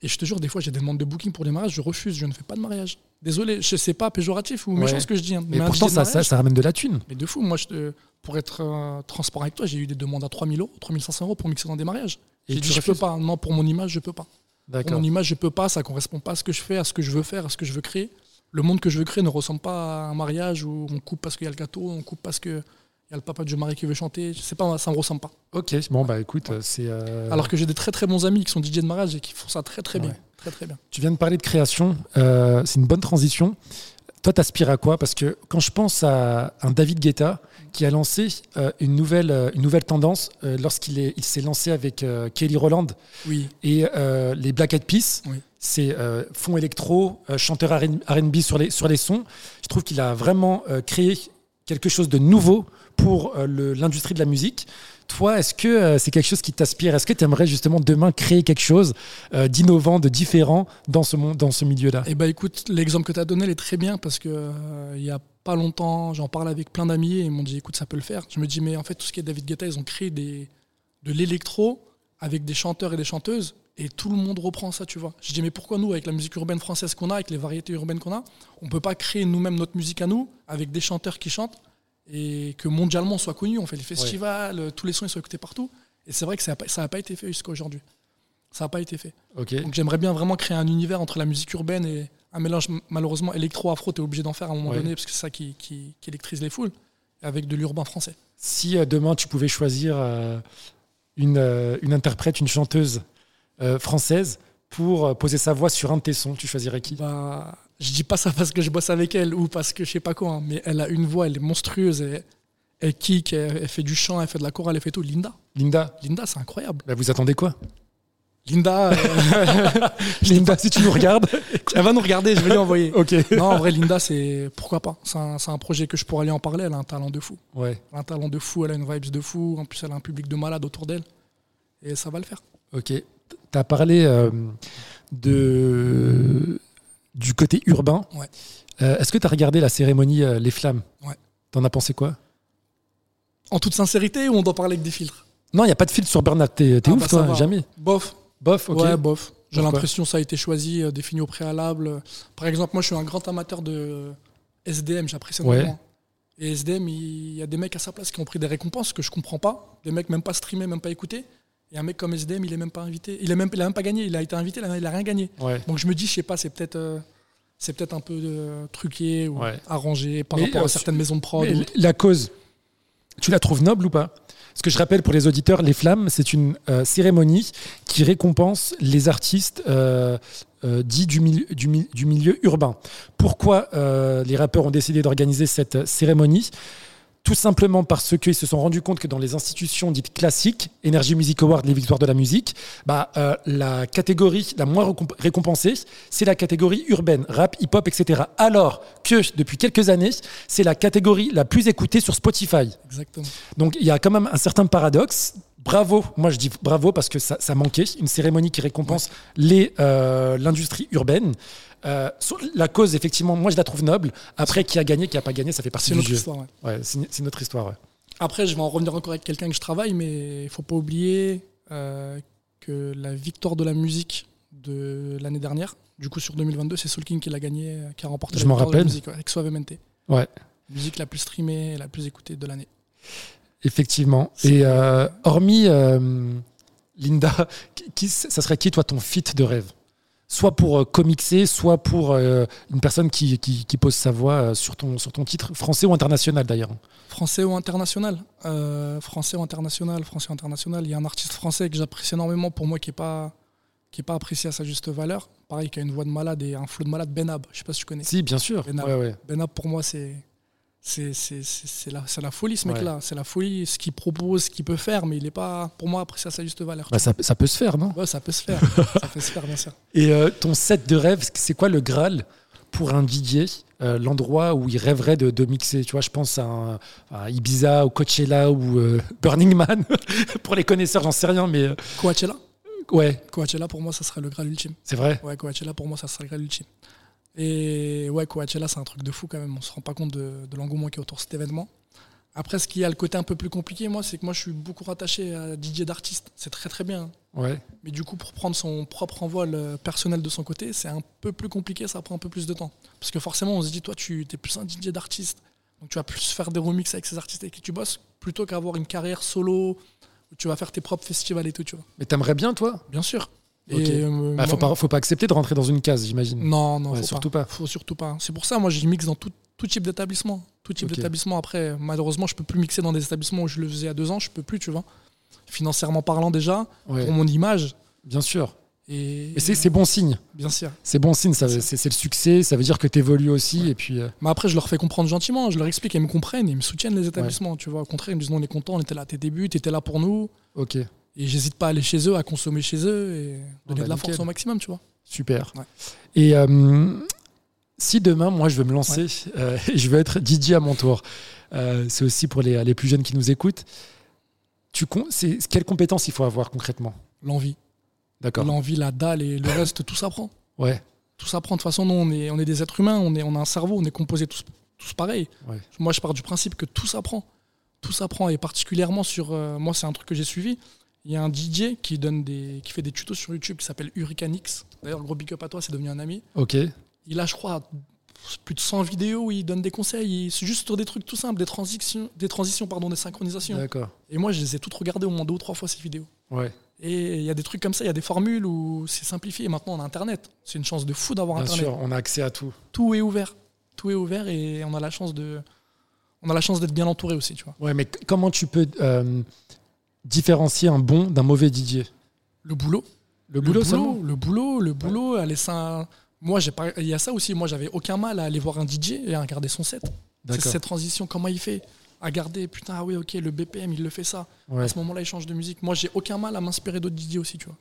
Speaker 2: Et je te jure, des fois, j'ai des demandes de booking pour des mariages. Je refuse. Je ne fais pas de mariage. Désolé, je sais pas péjoratif ou
Speaker 1: Ouais.
Speaker 2: méchant ce que je dis. hein,
Speaker 1: Mais,
Speaker 2: un
Speaker 1: pourtant,
Speaker 2: DJ de
Speaker 1: ça, ça,
Speaker 2: mariage,
Speaker 1: ça ramène de la thune.
Speaker 2: Mais de fou, moi, je te- pour être euh, transparent avec toi, j'ai eu des demandes à 3000 euros, 3500 euros pour mixer dans des mariages.
Speaker 1: Et
Speaker 2: J'ai
Speaker 1: tu
Speaker 2: dit, je peux
Speaker 1: refuses
Speaker 2: pas. Non, pour mon image, je peux pas. Pour
Speaker 1: D'accord.
Speaker 2: mon image, je peux pas, ça correspond pas à ce que je fais, à ce que je veux faire, à ce que je veux créer. Le monde que je veux créer ne ressemble pas à un mariage où on coupe parce qu'il y a le gâteau, on coupe parce qu'il y a le papa du mari qui veut chanter. Je sais pas, ça me ressemble pas.
Speaker 1: Ok. Bon, bah écoute, euh, c'est. euh,
Speaker 2: Alors que j'ai des très très bons amis qui sont DJ de mariage et qui font ça très très bien.
Speaker 1: Ouais.
Speaker 2: Très très bien.
Speaker 1: Tu viens de parler de création, euh, c'est une bonne transition. Toi, t'aspires à quoi Parce que quand je pense à un David Guetta qui a lancé euh, une, nouvelle, euh, une nouvelle tendance euh, lorsqu'il est- il s'est lancé avec euh, Kelly Roland
Speaker 2: Oui,
Speaker 1: et euh, les Black Eyed Peas,
Speaker 2: Oui.
Speaker 1: c'est euh, fond électro, euh, chanteur R&B sur les, sur les sons. Je trouve qu'il a vraiment euh, créé quelque chose de nouveau pour euh, le- l'industrie de la musique. Toi, est-ce que euh, c'est quelque chose qui t'aspire Est-ce que tu aimerais justement demain créer quelque chose euh, d'innovant, de différent dans ce, monde, dans ce milieu-là
Speaker 2: Eh ben écoute, l'exemple que tu as donné, il est très bien parce que euh, il y a pas longtemps, j'en parle avec plein d'amis et ils m'ont dit écoute, ça peut le faire. Je me dis mais en fait, tout ce qui est David Guetta, ils ont créé des, de l'électro avec des chanteurs et des chanteuses et tout le monde reprend ça, tu vois. Je dis mais pourquoi nous, avec la musique urbaine française qu'on a, avec les variétés urbaines qu'on a, on peut pas créer nous-mêmes notre musique à nous avec des chanteurs qui chantent et que mondialement on soit connu, on fait les festivals, tous les sons ils sont écoutés partout. Et c'est vrai que ça n'a pas, ça a pas été fait jusqu'à aujourd'hui. Ça n'a pas été fait.
Speaker 1: Ok.
Speaker 2: Donc j'aimerais bien vraiment créer un univers entre la musique urbaine et un mélange m- malheureusement électro-afro, t'es obligé d'en faire à un moment
Speaker 1: Ouais.
Speaker 2: donné parce que c'est ça qui, qui- qui électrise les foules, avec de l'urbain français.
Speaker 1: Si euh, demain tu pouvais choisir euh, une, euh, une interprète, une chanteuse euh, française pour euh, poser sa voix sur un de tes sons, tu choisirais qui
Speaker 2: Bah, je dis pas ça parce que je bosse avec elle ou parce que je sais pas quoi, hein, mais elle a une voix, elle est monstrueuse, elle, elle kick, elle, elle fait du chant, elle fait de la chorale, elle fait tout. Linda,
Speaker 1: Linda
Speaker 2: Linda c'est incroyable.
Speaker 1: Bah, vous attendez quoi
Speaker 2: Linda, euh,
Speaker 1: Linda, si tu nous regardes,
Speaker 2: elle va nous regarder, je vais lui envoyer.
Speaker 1: ok.
Speaker 2: Non, en vrai, Linda, c'est pourquoi pas. C'est un, c'est un projet que je pourrais aller en parler. Elle a un talent de fou.
Speaker 1: Ouais,
Speaker 2: Elle a un talent de fou, elle a une vibes de fou, en plus elle a un public de malades autour d'elle. Et ça va le faire.
Speaker 1: ok. Tu as parlé euh, de, du côté urbain.
Speaker 2: Ouais.
Speaker 1: Euh, Est-ce que tu as regardé la cérémonie euh, Les Flammes
Speaker 2: Ouais.
Speaker 1: T'en as pensé quoi
Speaker 2: En toute sincérité ou on doit parler avec des filtres
Speaker 1: Non, il n'y a pas de filtre sur Burnout. T'es t'es
Speaker 2: Ah,
Speaker 1: ouf,
Speaker 2: bah, ça
Speaker 1: toi,
Speaker 2: va.
Speaker 1: jamais.
Speaker 2: Bof.
Speaker 1: Bof, ok.
Speaker 2: Ouais, bof. J'ai
Speaker 1: Pourquoi
Speaker 2: l'impression que ça a été choisi, euh, défini au préalable. Par exemple, moi, je suis un grand amateur de SDM, j'apprécie
Speaker 1: Ouais.
Speaker 2: énormément. Et SDM, il y a des mecs à sa place qui ont pris des récompenses que je comprends pas. Des mecs même pas streamés, même pas écoutés. Et un mec comme SDM, il est même pas invité. Il est même, il a même pas gagné. Il a été invité, il a, il a rien gagné.
Speaker 1: Ouais.
Speaker 2: Donc je me dis, je sais pas, c'est peut-être, euh, c'est peut-être un peu euh, truqué ou
Speaker 1: Ouais.
Speaker 2: arrangé par
Speaker 1: Mais,
Speaker 2: rapport
Speaker 1: euh,
Speaker 2: à certaines maisons de prod.
Speaker 1: Mais
Speaker 2: ou-
Speaker 1: l- la cause, tu la trouves noble ou pas Parce que je rappelle pour les auditeurs, les flammes, c'est une euh, cérémonie qui récompense les artistes euh, euh, dits du, mil- du mil- du milieu urbain. Pourquoi euh, les rappeurs ont décidé d'organiser cette euh, cérémonie tout simplement parce qu'ils se sont rendus compte que dans les institutions dites classiques, Energy Music Award, les victoires de la musique, bah, euh, la catégorie la moins récomp- récompensée, c'est la catégorie urbaine, rap, hip-hop, etc. Alors que depuis quelques années, c'est la catégorie la plus écoutée sur Spotify.
Speaker 2: Exactement.
Speaker 1: Donc il y a quand même un certain paradoxe. Bravo, moi je dis bravo parce que ça, ça manquait, une cérémonie qui récompense les, euh, l'industrie urbaine. Euh, sur la cause, effectivement, moi je la trouve noble. Après, qui a gagné, qui a pas gagné, ça fait partie
Speaker 2: C'est
Speaker 1: du
Speaker 2: notre
Speaker 1: jeu.
Speaker 2: histoire. ouais.
Speaker 1: Ouais, c'est une- c'est notre histoire. ouais.
Speaker 2: Après, je vais en revenir encore avec quelqu'un que je travaille, mais il faut pas oublier euh, que la victoire de la musique de l'année dernière, du coup sur 2022, c'est Soul King qui l'a gagné, euh, qui a remporté
Speaker 1: Je
Speaker 2: la
Speaker 1: m'en
Speaker 2: victoire de la
Speaker 1: rappelle.
Speaker 2: musique ouais, avec Suave MNT.
Speaker 1: Ouais.
Speaker 2: Musique la plus streamée, et la plus écoutée de l'année.
Speaker 1: Effectivement.
Speaker 2: C'est-
Speaker 1: Et euh, hormis euh, Linda, qui, qui- ça serait qui, toi, ton fit de rêve Soit pour euh, comixer, soit pour euh, une personne qui, qui- qui pose sa voix euh, sur ton, sur ton titre, français ou international d'ailleurs.
Speaker 2: Français ou international Euh, Français ou international, français ou international. Il y a un artiste français que j'apprécie énormément pour moi qui est pas qui est pas apprécié à sa juste valeur. Pareil, qui a une voix de malade et un flow de malade. Benab, je sais pas si tu connais.
Speaker 1: Si, bien sûr.
Speaker 2: Benab.
Speaker 1: Ouais, ouais.
Speaker 2: Benab pour moi c'est c'est c'est- c'est- c'est la, c'est la folie ce mec là, c'est la folie ce qu'il propose, ce qu'il peut faire mais il est pas pour moi apprécié à sa juste valeur.
Speaker 1: Bah, ça, ça peut se faire, non
Speaker 2: Ouais, ça peut se faire. ça peut se faire bien sûr.
Speaker 1: Et euh, ton set de rêve, c'est quoi le Graal pour un DJ euh, L'endroit où il rêverait de, de mixer Tu vois, je pense à, un- à Ibiza ou Coachella ou euh, Burning Man. pour les connaisseurs, j'en sais rien, mais euh,
Speaker 2: Coachella
Speaker 1: ouais,
Speaker 2: Coachella pour moi ça serait le graal ultime.
Speaker 1: c'est vrai.
Speaker 2: Ouais, Coachella, pour moi, ça serait le Graal ultime. Et ouais, Coachella, c'est un truc de fou quand même. On se rend pas compte de, de l'engouement qui est autour de cet événement. Après, ce qui a le côté un peu plus compliqué, moi, c'est que moi, je suis beaucoup rattaché à DJ d'artiste. C'est très très bien. hein.
Speaker 1: Ouais.
Speaker 2: Mais du coup, pour prendre son propre envol euh, personnel de son côté, c'est un peu plus compliqué, ça prend un peu plus de temps. Parce que forcément, on se dit, toi, tu es plus un DJ d'artiste. Donc, tu vas plus faire des remixes avec ces artistes avec qui tu bosses, plutôt qu'avoir une carrière solo où tu vas faire tes propres festivals et tout, tu vois.
Speaker 1: Mais t'aimerais bien, toi
Speaker 2: Bien sûr.
Speaker 1: Ok.
Speaker 2: euh,
Speaker 1: bah, faut,
Speaker 2: moi-
Speaker 1: pas, faut pas accepter de rentrer dans une case, j'imagine.
Speaker 2: Non, non,
Speaker 1: Ouais,
Speaker 2: faut pas.
Speaker 1: surtout pas.
Speaker 2: Faut surtout pas. hein. C'est pour ça, moi, je mixe dans tout, tout type d'établissement. Tout type
Speaker 1: Ok.
Speaker 2: d'établissement. Après, malheureusement, je peux plus mixer dans des établissements où je le faisais à deux ans. Je peux plus, tu vois. Financièrement parlant, déjà,
Speaker 1: Ouais,
Speaker 2: pour mon image.
Speaker 1: Bien sûr.
Speaker 2: Et
Speaker 1: Mais c'est c'est bon signe.
Speaker 2: bien sûr.
Speaker 1: C'est bon signe. ça
Speaker 2: Bien
Speaker 1: veut-
Speaker 2: sûr.
Speaker 1: C'est c'est le succès. Ça veut dire que t'évolues aussi.
Speaker 2: Ouais.
Speaker 1: Et puis. euh,
Speaker 2: Mais après, je leur fais comprendre gentiment. Je leur explique, ils me comprennent, ils me soutiennent les établissements. Tu vois, au contraire, ils me disent non, on est content, on était là à tes débuts, t'étais là pour nous.
Speaker 1: ok.
Speaker 2: Et j'hésite pas à aller chez eux, à consommer chez eux et
Speaker 1: Bon,
Speaker 2: donner
Speaker 1: bah,
Speaker 2: de la
Speaker 1: nickel.
Speaker 2: force au maximum, tu vois.
Speaker 1: Super.
Speaker 2: Ouais.
Speaker 1: Et euh, si demain, moi, je veux me lancer, euh, et je veux être DJ à mon tour, euh, c'est aussi pour les, les plus jeunes qui nous écoutent. Tu con- c'est- quelles compétences il faut avoir concrètement
Speaker 2: L'envie.
Speaker 1: D'accord.
Speaker 2: L'envie, la dalle et le reste, tout ça prend.
Speaker 1: Ouais.
Speaker 2: tout s'apprend. De toute façon, nous, on est, on est des êtres humains, on, est, on a un cerveau, on est composés tous, tous pareils.
Speaker 1: Ouais.
Speaker 2: Moi, je pars du principe que tout s'apprend. Tout s'apprend, et particulièrement sur. euh, moi, c'est un truc que j'ai suivi. Il y a un DJ qui, donne des, qui fait des tutos sur YouTube qui s'appelle Hurricanix. D'ailleurs, gros big up à toi, c'est devenu un ami.
Speaker 1: Ok.
Speaker 2: Il a, je crois, plus de 100 vidéos où il donne des conseils. Il- C'est juste sur des trucs tout simples, des transitions, des, transitions, pardon, des synchronisations.
Speaker 1: D'accord.
Speaker 2: Et moi, je les ai toutes regardées au moins deux ou trois fois, ces vidéos.
Speaker 1: Ouais.
Speaker 2: Et il y a des trucs comme ça, il y a des formules où c'est simplifié. Et maintenant, on a Internet. C'est une chance de fou d'avoir
Speaker 1: Bien
Speaker 2: Internet
Speaker 1: sûr, on a accès à tout.
Speaker 2: tout est ouvert. Tout est ouvert et on a la chance de on a la chance d'être bien entouré aussi, tu vois.
Speaker 1: Ouais, mais c- comment tu peux euh, différencier un bon d'un mauvais DJ
Speaker 2: Le boulot,
Speaker 1: Le
Speaker 2: boulot, le boulot, le boulot, aller ça moi j'ai pas il y a ça aussi, moi j'avais aucun mal à aller voir un DJ et à regarder son set. C'est
Speaker 1: D'accord.
Speaker 2: cette transition comment il fait à garder putain ah oui OK, le BPM, il le fait ça.
Speaker 1: Ouais.
Speaker 2: À ce moment-là, il change de musique. Moi, j'ai aucun mal à m'inspirer d'autres DJ aussi, tu vois.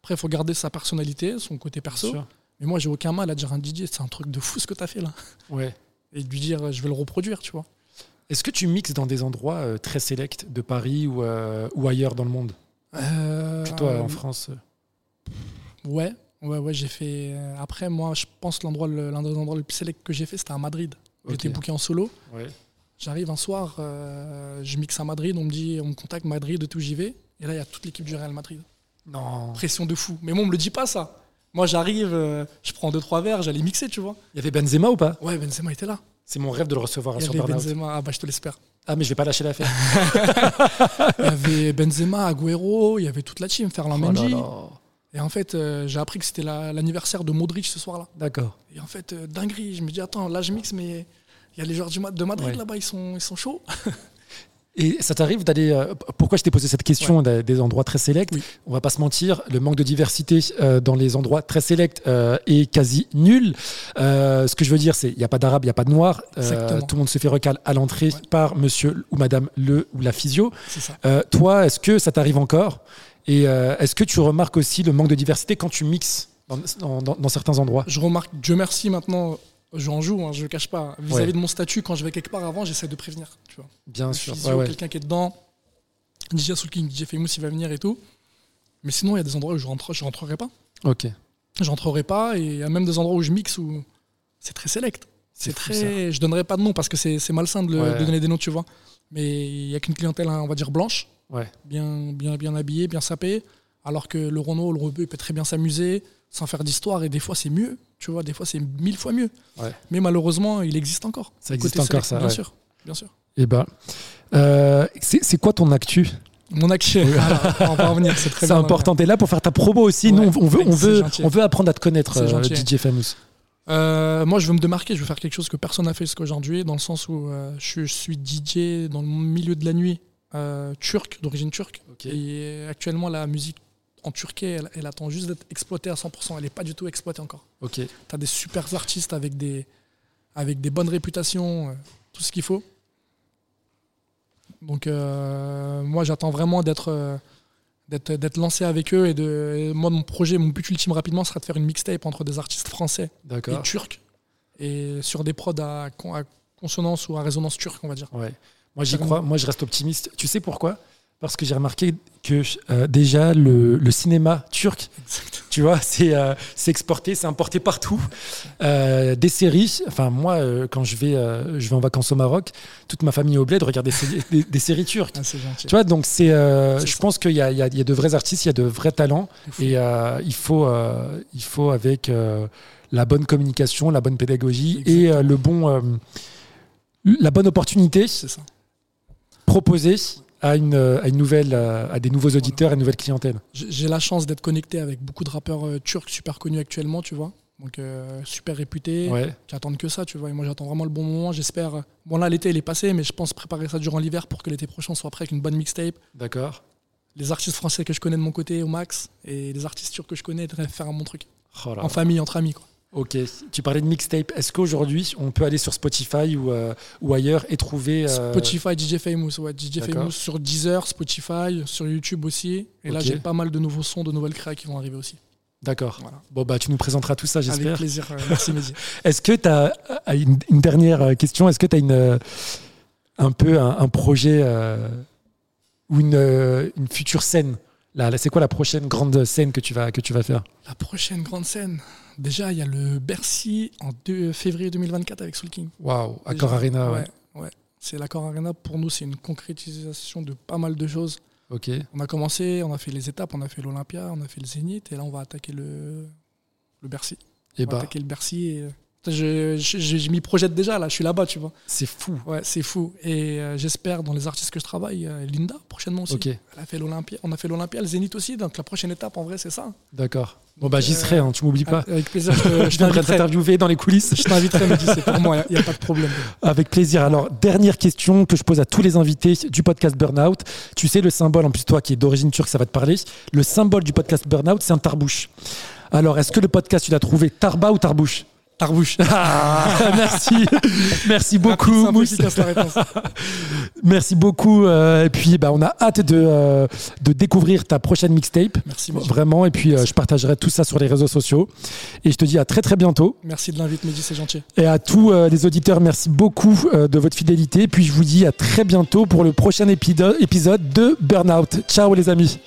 Speaker 2: Après, il faut garder sa personnalité, son côté perso.
Speaker 1: Sûr.
Speaker 2: Mais moi, j'ai aucun mal à dire à un DJ, c'est un truc de fou ce que t'as fait là.
Speaker 1: Ouais.
Speaker 2: Et de lui dire, je vais le reproduire, tu vois.
Speaker 1: Est-ce que tu mixes dans des endroits euh, très sélects de Paris ou, euh, ou ailleurs dans le monde
Speaker 2: Euh,
Speaker 1: Plutôt euh, en France. euh.
Speaker 2: Ouais, ouais, ouais, j'ai fait. euh, Après, moi, je pense que l'endroit, le- l'un des endroits les plus sélects que j'ai fait, c'était à Madrid. J'étais
Speaker 1: Ok.
Speaker 2: booké en solo.
Speaker 1: Ouais.
Speaker 2: J'arrive un soir, euh, je mixe à Madrid, on me dit, on me contacte Madrid, tout j'y vais. Et là, il y a toute l'équipe du Real Madrid.
Speaker 1: Non.
Speaker 2: Pression de fou. Mais moi, on me le dit pas ça. Moi, j'arrive, euh, je prends deux trois verres, j'allais mixer, tu vois.
Speaker 1: Il y avait Benzema ou pas
Speaker 2: Ouais, Benzema était là.
Speaker 1: C'est mon rêve de le recevoir à
Speaker 2: Il y
Speaker 1: sur
Speaker 2: avait
Speaker 1: Burnout.
Speaker 2: Benzema, ah bah je te l'espère.
Speaker 1: Ah, mais je vais pas lâcher l'affaire.
Speaker 2: Il y avait Benzema, Agüero, il y avait toute la team, Ferland
Speaker 1: Oh là
Speaker 2: Mendy.
Speaker 1: là.
Speaker 2: Et en fait, euh, j'ai appris que c'était la- l'anniversaire de Modric ce soir-là.
Speaker 1: D'accord.
Speaker 2: Et en fait, euh, dinguerie. Je me dis, attends, là, je mixe, mais il y a les joueurs du Ma- de Madrid
Speaker 1: Ouais.
Speaker 2: là-bas, ils sont, ils sont chauds.
Speaker 1: Et ça t'arrive d'aller. euh, p- pourquoi je t'ai posé cette question d'a- des endroits très sélects
Speaker 2: Oui.
Speaker 1: On va pas se mentir, le manque de diversité euh, dans les endroits très sélects euh, est quasi nul. Euh, ce que je veux dire, c'est il n'y a pas d'arabe, il n'y a pas de noir. Euh,
Speaker 2: Exactement.
Speaker 1: tout le monde se fait recal à l'entrée
Speaker 2: Ouais.
Speaker 1: par monsieur ou madame le ou la physio.
Speaker 2: C'est ça.
Speaker 1: Euh, toi, est-ce que ça t'arrive encore Et euh, est-ce que tu remarques aussi le manque de diversité quand tu mixes dans, dans- dans- dans certains endroits
Speaker 2: Je remarque, Dieu merci, maintenant, je en joue, hein, je le cache pas. Vis-à-vis
Speaker 1: Ouais.
Speaker 2: de mon statut, quand je vais quelque part avant, j'essaie de prévenir. Tu vois.
Speaker 1: Bien
Speaker 2: Le
Speaker 1: sûr.
Speaker 2: physio,
Speaker 1: Ouais, ouais.
Speaker 2: quelqu'un qui est dedans, DJ Soul King, DJ Famous, il va venir et tout. Mais sinon, il y a des endroits où je rentre, je rentrerai pas.
Speaker 1: Ok.
Speaker 2: Je rentrerai pas, et il y a même des endroits où je mixe où c'est très select. C'est
Speaker 1: fou,
Speaker 2: très.
Speaker 1: ça.
Speaker 2: Je donnerai pas de nom parce que c'est c'est malsain de, le-
Speaker 1: Ouais.
Speaker 2: de donner des noms, tu vois. Mais il y a qu'une clientèle, hein, on va dire blanche,
Speaker 1: Ouais.
Speaker 2: bien, bien, bien habillée, bien sapée. Alors que le Renault, le Rebeu, il peut très bien s'amuser sans faire d'histoire. Et des fois, c'est mieux, tu vois. Des fois, c'est mille fois mieux.
Speaker 1: Ouais.
Speaker 2: Mais malheureusement, il existe encore.
Speaker 1: Ça
Speaker 2: Le côté
Speaker 1: existe encore,
Speaker 2: select,
Speaker 1: ça,
Speaker 2: Bien
Speaker 1: ouais.
Speaker 2: sûr, bien sûr.
Speaker 1: Eh ben, euh, c'est c'est quoi ton actu
Speaker 2: Mon action. voilà, on va en revenir. C'est
Speaker 1: C'est
Speaker 2: très bien, on va
Speaker 1: important. T'es là pour faire ta promo aussi. Nous,
Speaker 2: Ouais.
Speaker 1: on on veut, on
Speaker 2: C'est
Speaker 1: veut,
Speaker 2: gentil.
Speaker 1: on veut apprendre à te connaître,
Speaker 2: C'est
Speaker 1: euh,
Speaker 2: gentil.
Speaker 1: DJ Famous.
Speaker 2: Euh, moi, je veux me démarquer, je veux faire quelque chose que personne n'a fait jusqu'à aujourd'hui, dans le sens où euh, je, je suis DJ dans le milieu de la nuit, euh, turc, d'origine turque. Et actuellement, la musique en Turquie, elle, elle attend juste d'être exploitée à 100%. Elle n'est pas du tout exploitée encore.
Speaker 1: Ok.
Speaker 2: Tu as des super artistes avec des, avec des bonnes réputations, euh, tout ce qu'il faut. Donc, euh, moi, j'attends vraiment d'être. euh, d'être d'être lancé avec eux et de et moi mon projet mon but ultime rapidement sera de faire une mixtape entre des artistes français et
Speaker 1: D'accord.
Speaker 2: turc et sur des prods à, con- à consonance ou à résonance turque, on va dire.
Speaker 1: Ouais. Moi, j'y crois. Moi, je reste optimiste. Tu sais pourquoi Parce que j'ai remarqué que euh, déjà le, le cinéma turc, tu vois, c'est euh, c'est exporté, c'est importé partout. Euh, des séries. Enfin, moi, euh, quand je vais, euh, je vais en vacances au Maroc, toute ma famille est au bled regarde des, sé- des- des séries turques.
Speaker 2: Ah, c'est gentil.
Speaker 1: Tu vois, donc c'est. euh,
Speaker 2: C'est
Speaker 1: je
Speaker 2: ça.
Speaker 1: pense qu'il y, a- il y a il y a de vrais artistes, il y a de vrais talents.
Speaker 2: C'est fou.
Speaker 1: Et euh, il, faut, euh, il faut, avec euh, la bonne communication, la bonne pédagogie et euh, le bon, euh, la bonne opportunité
Speaker 2: C'est ça.
Speaker 1: proposée à, une, euh, à, une nouvelle, euh, à des nouveaux auditeurs, à une nouvelle clientèle.
Speaker 2: J'ai j'ai la chance d'être connecté avec beaucoup de rappeurs euh, turcs super connus actuellement, tu vois. Donc euh, super réputés,
Speaker 1: Ouais,
Speaker 2: qui attendent que ça, tu vois. Et moi j'attends vraiment le bon moment. J'espère. euh, Bon là l'été il est passé, mais je pense préparer ça durant l'hiver pour que l'été prochain on soit prêt avec une bonne mixtape.
Speaker 1: d'accord.
Speaker 2: Les artistes français que je connais de mon côté au max et les artistes turcs que je connais, de faire un bon truc.
Speaker 1: Oh là là.
Speaker 2: En famille, entre amis, quoi.
Speaker 1: Ok, tu parlais de mixtape. Est-ce qu'aujourd'hui, on peut aller sur Spotify ou, euh, ou ailleurs et trouver. euh,
Speaker 2: Spotify, DJ Famous, ouais, DJ
Speaker 1: D'accord.
Speaker 2: Famous sur Deezer, Spotify, sur YouTube aussi. Et là,
Speaker 1: Ok.
Speaker 2: j'ai pas mal de nouveaux sons, de nouvelles créas qui vont arriver aussi.
Speaker 1: D'accord.
Speaker 2: Voilà.
Speaker 1: Bon, bah, tu nous présenteras tout ça,
Speaker 2: Avec
Speaker 1: j'espère.
Speaker 2: plaisir. euh, Merci, Mehdi.
Speaker 1: Est-ce que tu as une, une dernière euh, question Est-ce que tu as une, euh, un peu un, un projet euh, ou une, euh, une future scène Là, là, c'est quoi la prochaine grande scène que tu vas, que tu vas faire
Speaker 2: La prochaine grande scène. Déjà, il y a le Bercy en 2 février 2024 avec Soul King.
Speaker 1: Waouh,
Speaker 2: Déjà.
Speaker 1: Accor Arena, Ah ouais.
Speaker 2: ouais. ouais. C'est l'accord Arena. Pour nous, c'est une concrétisation de pas mal de choses.
Speaker 1: Ok, Eh
Speaker 2: On a commencé, on a fait les étapes, on a fait l'Olympia, on a fait le Zénith, et là, on va attaquer le, le Bercy.
Speaker 1: et
Speaker 2: On va
Speaker 1: bah,
Speaker 2: attaquer le Bercy. Et... euh, Je, je, je- je m'y projette déjà, là. Je suis là-bas, tu vois.
Speaker 1: c'est fou.
Speaker 2: Ouais, c'est fou. Et euh, j'espère dans les artistes que je travaille, euh, Linda prochainement aussi.
Speaker 1: Ok,
Speaker 2: Elle a fait l'Olympia, on a fait l'Olympia, le Zénith aussi. Donc la prochaine étape en vrai, c'est ça.
Speaker 1: d'accord. Bon, bah, j'y
Speaker 2: Euh,
Speaker 1: serai, hein, tu m'oublies pas.
Speaker 2: Avec plaisir, je te-
Speaker 1: Je viendrai
Speaker 2: je t'inviterai.
Speaker 1: t'interviewer dans les coulisses.
Speaker 2: Je t'inviterai, Mehdi, c'est pour moi, il n'y a, pas de problème.
Speaker 1: Avec plaisir. Alors, dernière question que je pose à tous les invités du podcast Burnout. Tu sais, le symbole, en plus, toi qui es d'origine turque, ça va te parler. Le symbole du podcast Burnout, c'est un tarbouche. Alors, est-ce que le podcast, tu l'as trouvé Tarba ou tarbouche Tarbouche. merci. Merci beaucoup,
Speaker 2: C'est un peu
Speaker 1: Mousse.
Speaker 2: efficace la réponse.
Speaker 1: Merci beaucoup. euh, et puis, bah, on a hâte de, euh, de découvrir ta prochaine mixtape.
Speaker 2: Merci, Mehdi.
Speaker 1: Vraiment. Et puis, euh, je partagerai tout ça sur les réseaux sociaux. Et je te dis à très, très bientôt.
Speaker 2: Merci de l'invite, Mehdi, c'est gentil.
Speaker 1: Et à tous euh, les auditeurs, merci beaucoup euh, de votre fidélité. Puis je vous dis à très bientôt pour le prochain épido- épisode de Burnout. Ciao les amis.